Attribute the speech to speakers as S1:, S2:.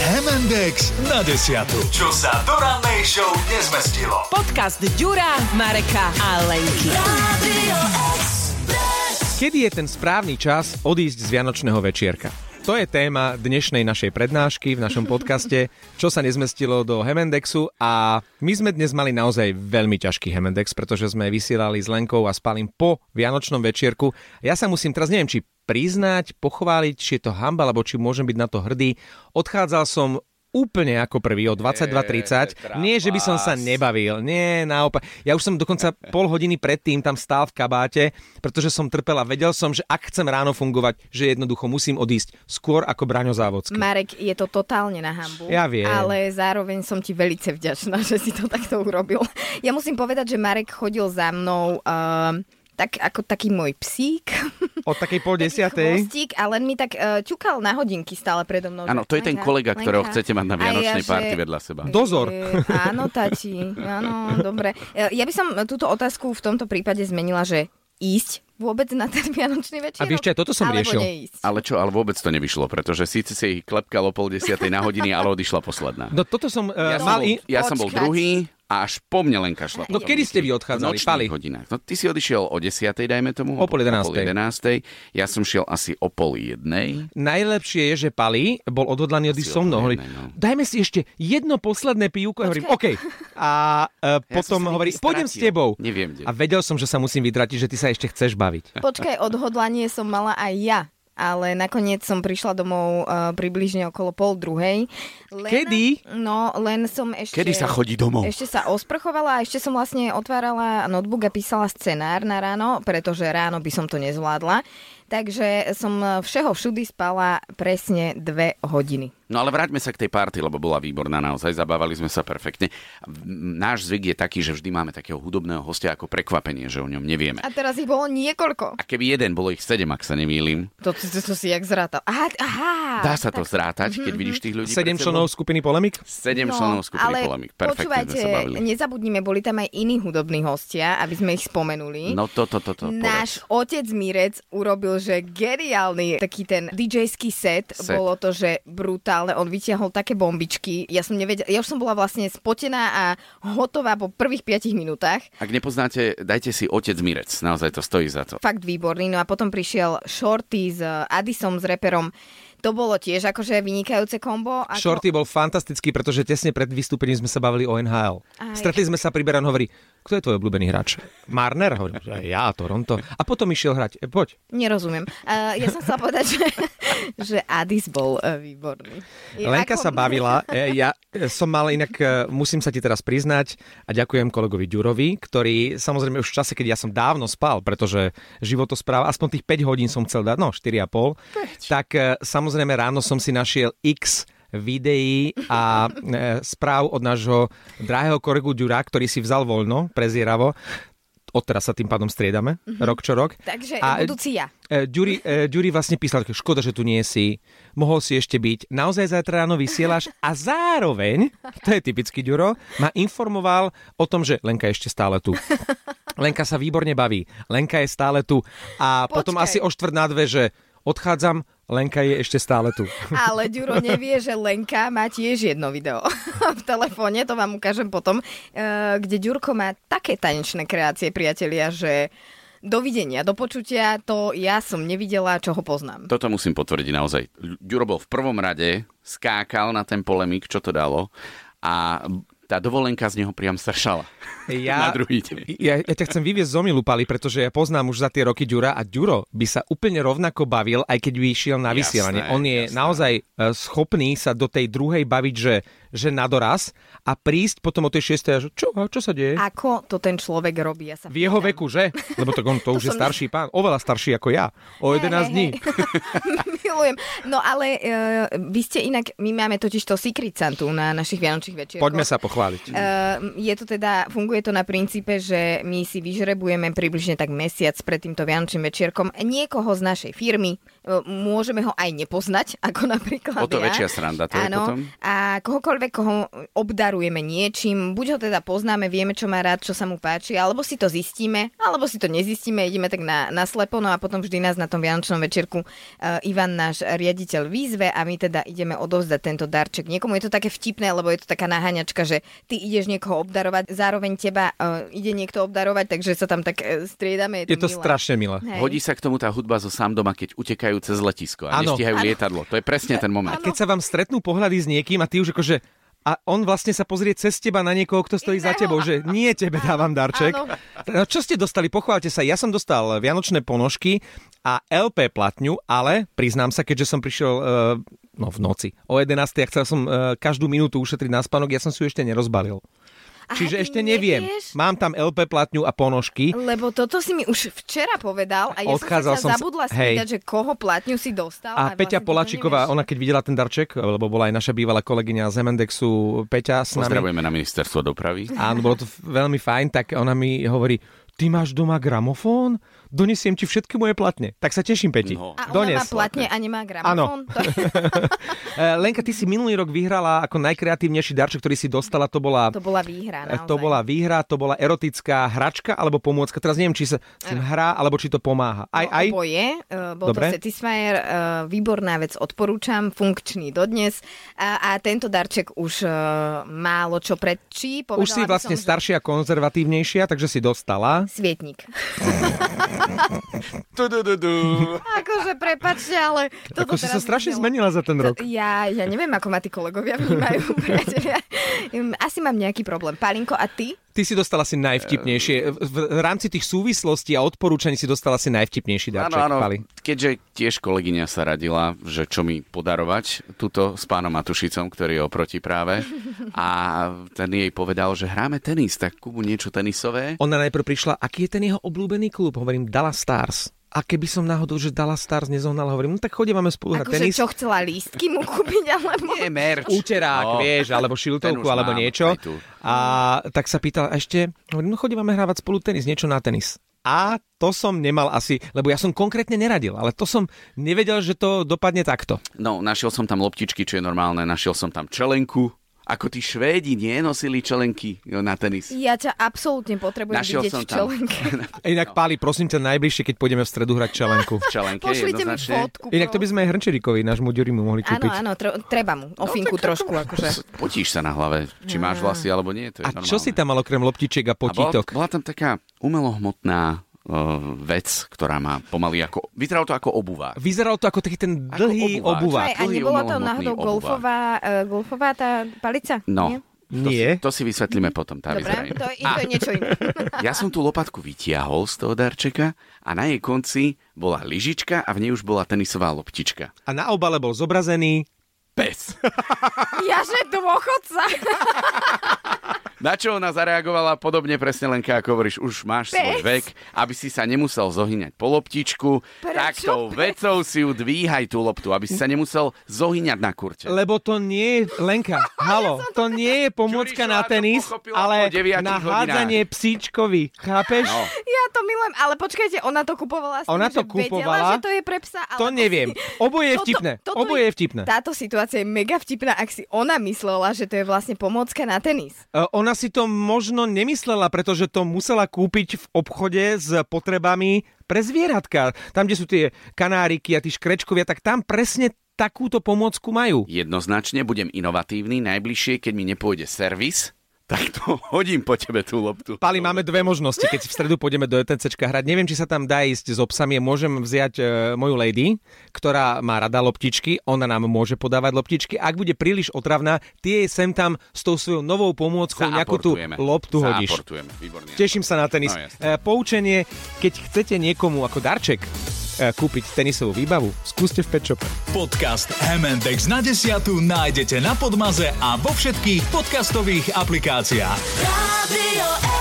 S1: Index na desiatu. Čo sa do rannej show nezmestilo.
S2: Podcast Ďura, Mareka a Lenky.
S3: Kedy je ten správny čas odísť z Vianočného večierka? To je téma dnešnej našej prednášky v našom podcaste, čo sa nezmestilo do Hemendexu a my sme dnes mali naozaj veľmi ťažký Hemendex, pretože sme vysielali s Lenkou a spalím po Vianočnom večierku. Ja sa musím teraz, neviem, či priznať, pochváliť, či je to hamba, alebo či môžem byť na to hrdý. Odchádzal som úplne ako prvý o 22.30. Nie, že by som sa nebavil, nie, naopak. Ja už som dokonca pol hodiny predtým tam stál v kabáte, pretože som trpel a vedel som, že ak chcem ráno fungovať, že jednoducho musím odísť skôr ako Braňo Závodský.
S4: Marek, je to totálne na hambu.
S3: Ja viem.
S4: Ale zároveň som ti velice vďačná, že si to takto urobil. Ja musím povedať, že Marek chodil za mnou ehm, tak ako taký môj psík.
S3: Od takej pol desiatej.
S4: Chvostík a len mi tak uh, ťukal na hodinky stále predo mnou. že
S5: Áno, to je ten kolega, ktorého chcete mať na
S4: A ja,
S5: vianočnej
S4: že-
S5: party vedľa seba.
S3: Dozor.
S4: E, Áno, tati. Áno, dobre. E, Ja by som túto otázku v tomto prípade zmenila, že ísť vôbec na ten vianočný večer.
S3: A vieš čo, aj toto som
S4: alebo
S3: riešil.
S4: Neísť.
S5: Ale čo, ale vôbec to nevyšlo, pretože síce si klepkal o pol desiatej na hodiny, ale odišla posledná.
S3: No toto som uh,
S5: Ja,
S3: mal...
S5: som, bol,
S3: In...
S5: ja som bol
S4: Počkať.
S5: druhý a až po mne Lenka šla.
S3: No,
S5: potom.
S3: kedy ste vy
S5: V
S3: odchádzali? Pali?
S5: nočných hodinách. No ty si odišiel o 10. dajme tomu.
S3: O pol
S5: O pol
S3: 11:00.
S5: 11. Ja som šiel asi o pol jednej.
S3: Najlepšie je, že Pali bol odhodlaný odísť
S5: Asi
S3: so mnou. Hovorí,
S5: odhodlaný, no.
S3: dajme si ešte jedno posledné pivko. Ja hovorím, OK. A uh,
S5: Ja som
S3: potom
S5: sa
S3: hovorí,
S5: niekde
S3: pôjdem s
S5: stratil.
S3: tebou.
S5: Neviem, kde.
S3: A vedel som, že sa musím vydratiť, že ty sa ešte chceš baviť.
S4: Počkaj, odhodlanie som mala aj ja. Ale nakoniec som prišla domov uh, približne okolo pol druhej. Len,
S3: Kedy?
S4: No, len som ešte...
S5: Kedy sa chodí domov?
S4: Ešte sa osprchovala a ešte som vlastne otvárala notebook a písala scenár na ráno, pretože ráno by som to nezvládla. Takže som eh, všeho všudy spala presne dve hodiny.
S5: No ale vráťme sa k tej party, lebo bola výborná naozaj, zabávali sme sa perfektne. M- Náš zvyk je taký, že vždy máme takého hudobného hostia ako prekvapenie, že o ňom nevieme.
S4: A teraz ich bolo niekoľko.
S5: A keby jeden, bolo ich sedem, ak sa nemýlim.
S4: To, to, to, to si jak zrátal. Aha, aha.
S5: Dá sa to zrátať, keď vidíš tých ľudí.
S3: Sedem
S5: pred sebou.
S3: členov skupiny Polemik?
S5: Sedem členov skupiny
S4: Mhm, No, ale
S5: Polemik. Perfektne sme
S4: počúvajte,
S5: sa bavili.
S4: nezabudnime, boli tam aj iní hudobní hostia, aby sme ich spomenuli.
S5: No to, to, to, to. povedz.
S4: Náš otec Mirec urobil, že geniálny taký ten DJ-ský set.
S5: Set.
S4: Bolo to, že brutálne. On vytiahol také bombičky. Ja som nevedela, ja už som bola vlastne spotená a hotová po prvých 5 minútach.
S5: Ak nepoznáte, dajte si Otec Mirec. Naozaj to stojí za to.
S4: Fakt výborný. No a potom prišiel Shorty s eh, Adisom, s reperom. To bolo tiež akože vynikajúce kombo. Ako...
S3: Shorty bol fantastický, pretože tesne pred vystúpením sme sa bavili o NHL.
S4: Aj.
S3: Stretli sme sa pri Beran, hovorí, kto je tvoj obľúbený hráč? Marner? Hovorím, že ja, Toronto. A potom išiel hrať, E, poď.
S4: Nerozumiem. Uh, ja som chcela povedať, že, že Adis bol uh, výborný. Je
S3: Lenka sa bavila, e, ja e, som mal inak, e, musím sa ti teraz priznať a ďakujem kolegovi Ďurovi, ktorý samozrejme už v čase, keď ja som dávno spal, pretože životospráva, aspoň tých 5 hodín som chcel dať, no 4,5, tak e, samozrejme ráno som si našiel x videí a e, správ od nášho drahého kolegu Ďura, ktorý si vzal voľno, prezieravo, odteraz sa tým pádom striedame, rok čo rok.
S4: Takže
S3: A-
S4: budúci ja.
S3: E, Ďuri, e, Ďuri vlastne písal, že škoda, že tu nie si, mohol si ešte byť, naozaj zajtra ráno vysielaš a zároveň, to je typický Ďuro, ma informoval o tom, že Lenka je ešte stále tu. Lenka sa výborne baví, Lenka je stále tu a Počkaj. potom
S4: Počkaj.
S3: asi o štvrt na dve, že odchádzam, Lenka je ešte stále tu.
S4: Ale Ďuro nevie, že Lenka má tiež jedno video v telefóne, to vám ukážem potom, eh, kde Ďurko má také tanečné kreácie, priatelia, že dovidenia, do počutia, to ja som nevidela, čo ho poznám.
S5: Toto musím potvrdiť naozaj. Ľ- Ďuro bol v prvom rade, skákal na ten polemik, čo to dalo a tá dovolenka z neho priam sršala. Na druhý deň.
S3: Ja, ja ťa chcem vyviezť z omilu, Pali, pretože ja poznám už za tie roky Ďura a Ďuro by sa úplne rovnako bavil, aj keď by išiel na
S5: Jasné,
S3: vysielanie. On je
S5: jasné.
S3: naozaj e, schopný sa do tej druhej baviť, že, že na doraz a prísť potom o tej 6. a že čo, a čo sa deje? A...
S4: Ako to ten človek robí? Ja sa
S3: V jeho veku, že? Lebo tak on to, už je
S4: som-
S3: starší pán, oveľa starší ako ja, o 11 dní.
S4: Milujem. No ale uh, vy ste inak, my máme totiž to Secret Santu na našich Vianočných večierkoch.
S3: Poďme sa pochváliť.
S4: Uh, je to teda, funguje to na princípe, že my si vyžrebujeme približne tak mesiac pred týmto Vianočným večierkom niekoho z našej firmy, Ehm, môžeme ho aj nepoznať, ako napríklad
S5: O to
S4: ja.
S5: väčšia sranda to je
S4: Áno,
S5: potom.
S4: a kohokoľvek, koho obdarujeme niečím, buď ho teda poznáme, vieme, čo má rád, čo sa mu páči, alebo si to zistíme, alebo si to nezistíme, ideme tak na, na slepo, no a potom vždy nás na tom Vianočnom večerku uh, Ivan, náš riaditeľ, výzve a my teda ideme odovzdať tento darček niekomu. Je to také vtipné, lebo je to taká naháňačka, že ty ideš niekoho obdarovať, zároveň teba uh, ide niekto obdarovať, takže sa tam tak uh, striedame.
S3: Je to
S4: milé.
S3: strašne milé.
S4: Hej.
S5: Hodí sa k tomu tá hudba zo sám doma, keď utekajú cez letisko a
S3: Áno.
S5: nestihajú lietadlo. To je presne ten moment.
S3: Keď sa vám stretnú pohľady s niekým a ty už akože a on vlastne sa pozrie cez teba na niekoho, kto stojí za
S4: Iného.
S3: tebou, že nie tebe dávam darček.
S4: Áno.
S3: No, čo ste dostali? Pochválte sa. Ja som dostal vianočné ponožky a LP platňu, ale priznám sa, keďže som prišiel eh, no, v noci o 11. a chcel som eh, každú minútu ušetriť na spánok, ja som si ju ešte nerozbalil.
S4: Aha,
S3: Čiže
S4: ty
S3: ešte neviem.
S4: nevieš?
S3: Mám tam LP platňu a ponožky.
S4: Lebo toto si mi už včera povedal a ja
S3: Odchádzal
S4: som sa ťa
S3: som sa-
S4: zabudla
S3: hej.
S4: spýtať, že koho platňu si dostal.
S3: A Peťa
S4: vlastne ty to
S3: Polačiková,
S4: nevieš.
S3: ona keď videla ten darček, lebo bola aj naša bývalá kolegyňa z Hemendexu, Peťa s nami.
S5: Pozdravujeme na ministerstvo dopravy.
S3: Áno, bolo to f- veľmi fajn, tak ona mi hovorí, ty máš doma gramofón? Donesiem ti všetky moje platne. Tak sa teším, Peti.
S5: No.
S4: A
S3: Dones.
S4: ona má platne a nemá gramofón. To je-
S3: E, Lenka, ty si minulý rok vyhrala ako najkreatívnejší darček, ktorý si dostala, to bola...
S4: To bola
S3: e,
S4: výhra, naozaj.
S3: To bola výhra, to bola erotická hračka alebo pomôcka. Teraz neviem, či sa s tým hrá, alebo či to pomáha. Aj,
S4: No,
S3: aj.
S4: Oboje, eh, bol
S3: Dobre.
S4: to Satisfyer, eh, výborná vec, odporúčam, funkčný dodnes. A, a tento darček už eh, málo čo
S3: Už
S4: predčí. Povedala
S3: si
S4: by
S3: vlastne
S4: som, že-
S3: staršia, konzervatívnejšia, takže si dostala.
S4: Svietnik.
S5: Tu, tu, tu, tu.
S4: Akože, prepačte, ale...
S3: Ako
S4: Toto
S3: si sa
S4: teraz
S3: strašne
S4: vyznelo.
S3: zmenila za ten rok.
S4: Ja, ja neviem, ako ma tí kolegovia vnímajú, priatelia. Im- Asi mám nejaký problém. Palinko, a ty?
S3: Ty si dostala si najvtipnejšie. V, v, v rámci tých súvislostí a odporúčaní si dostala si najvtipnejší darček, Pali.
S5: Keďže tiež kolegyňa sa radila, že čo mi podarovať, tuto s pánom Matušicom, ktorý je oproti práve, a ten jej povedal, že hráme tenis, tak Kubu niečo tenisové.
S3: Ona najprv prišla, aký je ten jeho obľúbený klub? Hovorím, Dallas Stars. A keby som náhodou, že Dallas Stars nezohnal, hovorím, no tak chodíme spolu hrať
S4: Akože
S3: tenis.
S4: čo chcela lístky mu kúpiť, alebo...
S5: Je merč.
S3: Úterák,
S5: No.
S3: vieš, alebo
S5: Ten
S3: šiltovku,
S5: už
S3: alebo
S5: mám,
S3: niečo.
S5: aj tu.
S3: A tak sa pýtal a ešte, hovorím, no chodíme hrávať spolu tenis, niečo na tenis. A to som nemal asi, lebo ja som konkrétne neradil, ale to som nevedel, že to dopadne takto.
S5: No, našiel som tam loptičky, čo je normálne, našiel som tam čelenku. Ako tí Švédi nie nosili čelenky jo, na tenis.
S4: Ja ťa absolútne potrebujem
S5: Našiel
S4: vidieť
S5: som
S4: v
S5: tam.
S4: čelenke.
S5: No.
S3: Inak, Páli, prosím ťa, najbližšie, keď pôjdeme v stredu hrať čelenku.
S5: Čelenke
S4: Pošlite mi
S5: jednoznačne.
S4: fotku.
S3: Inak to by
S4: prosím.
S3: sme aj Hrnčerikovi, nášmu Ďurimu, mohli
S4: Áno,
S3: kúpiť. No,
S4: áno, tro- treba mu. Ofinku trošku, akože.
S5: Potíš sa na hlave, či máš vlasy alebo nie, to je
S3: A
S5: normálne.
S3: čo si tam mal okrem loptičiek a
S5: A bola,
S3: potítok?
S5: bola tam taká umelohmotná uh, vec, ktorá má pomaly ako... Vyzeralo to ako obuvák.
S3: Vyzeral to ako taký ten
S5: Ako
S3: dlhý
S5: obuvák.
S3: obuvák.
S4: Aj, a
S5: dlhý
S4: nebola to
S5: umelohmotný
S4: náhodou
S5: obuvák.
S4: golfová, eh, golfová tá palica?
S5: No.
S4: Nie? Mhm.
S3: Nie.
S5: To si, to si vysvetlíme potom, tá vyzerá
S4: Dobre,
S5: inak.
S4: to je, to je niečo iné.
S5: Ja som tú lopatku vytiahol z toho darčeka a na jej konci bola lyžička a v nej už bola tenisová loptička.
S3: A na obale bol zobrazený.
S5: Pes!
S4: Jaže dôchodca.
S5: Na čo ona zareagovala podobne presne len ako hovoríš, už máš svoj
S4: Pes.
S5: vek, aby si sa nemusel zohyňať po loptičku,
S4: Prečo
S5: tak tou vecou si ju dvíhaj tú loptu, aby si sa nemusel zohyňať na kurte.
S3: Lebo to nie je, Lenka, halo, to nie je pomôcka na
S5: Ďurišová to
S3: tenis,
S5: pochopila
S3: ale
S5: po deviatich
S3: na
S5: hodinách.
S3: hádzanie psíčkovi, chápeš?
S5: No.
S4: Ja to milujem, ale počkajte, ona to kupovala s tým,
S3: Ona to
S4: že vedela,
S3: kupovala?
S4: že to je pre psa. Ale
S3: To neviem. Oboje je vtipné. Oboje je vtipné. E,
S4: Táto situácia je mega vtipná, ak si ona myslela, že to je vlastne pomôcka na tenis.
S3: E, Ona si to možno nemyslela, pretože to musela kúpiť v obchode s potrebami pre zvieratka. Tam, kde sú tie kanáriky a tí škrečkovia, tak tam presne takúto pomôcku majú.
S5: Jednoznačne budem inovatívny, najbližšie, keď mi nepôjde servis, tak to hodím po tebe tú loptu.
S3: Pali, máme dve možnosti, keď v stredu pôjdeme do ETCčka hrať. Neviem, či sa tam dá ísť s obsami. Môžem vziať e, moju lady, ktorá má rada loptičky. Ona nám môže podávať loptičky. Ak bude príliš otravná, tie jej sem tam s tou svojou novou pomôckou nejakú tú
S5: Zaaportujeme.
S3: loptu hodíš.
S5: Zaaportujeme, výborne.
S3: Teším sa na tenis.
S5: No, jasne.
S3: E, Poučenie, keď chcete niekomu ako darček e, kúpiť tenisovú výbavu, skúste v Pet Shope.
S1: Podcast M&X na desiatu nájdete na Podmaze a vo všetkých podcastových aplikáciách.
S6: Radio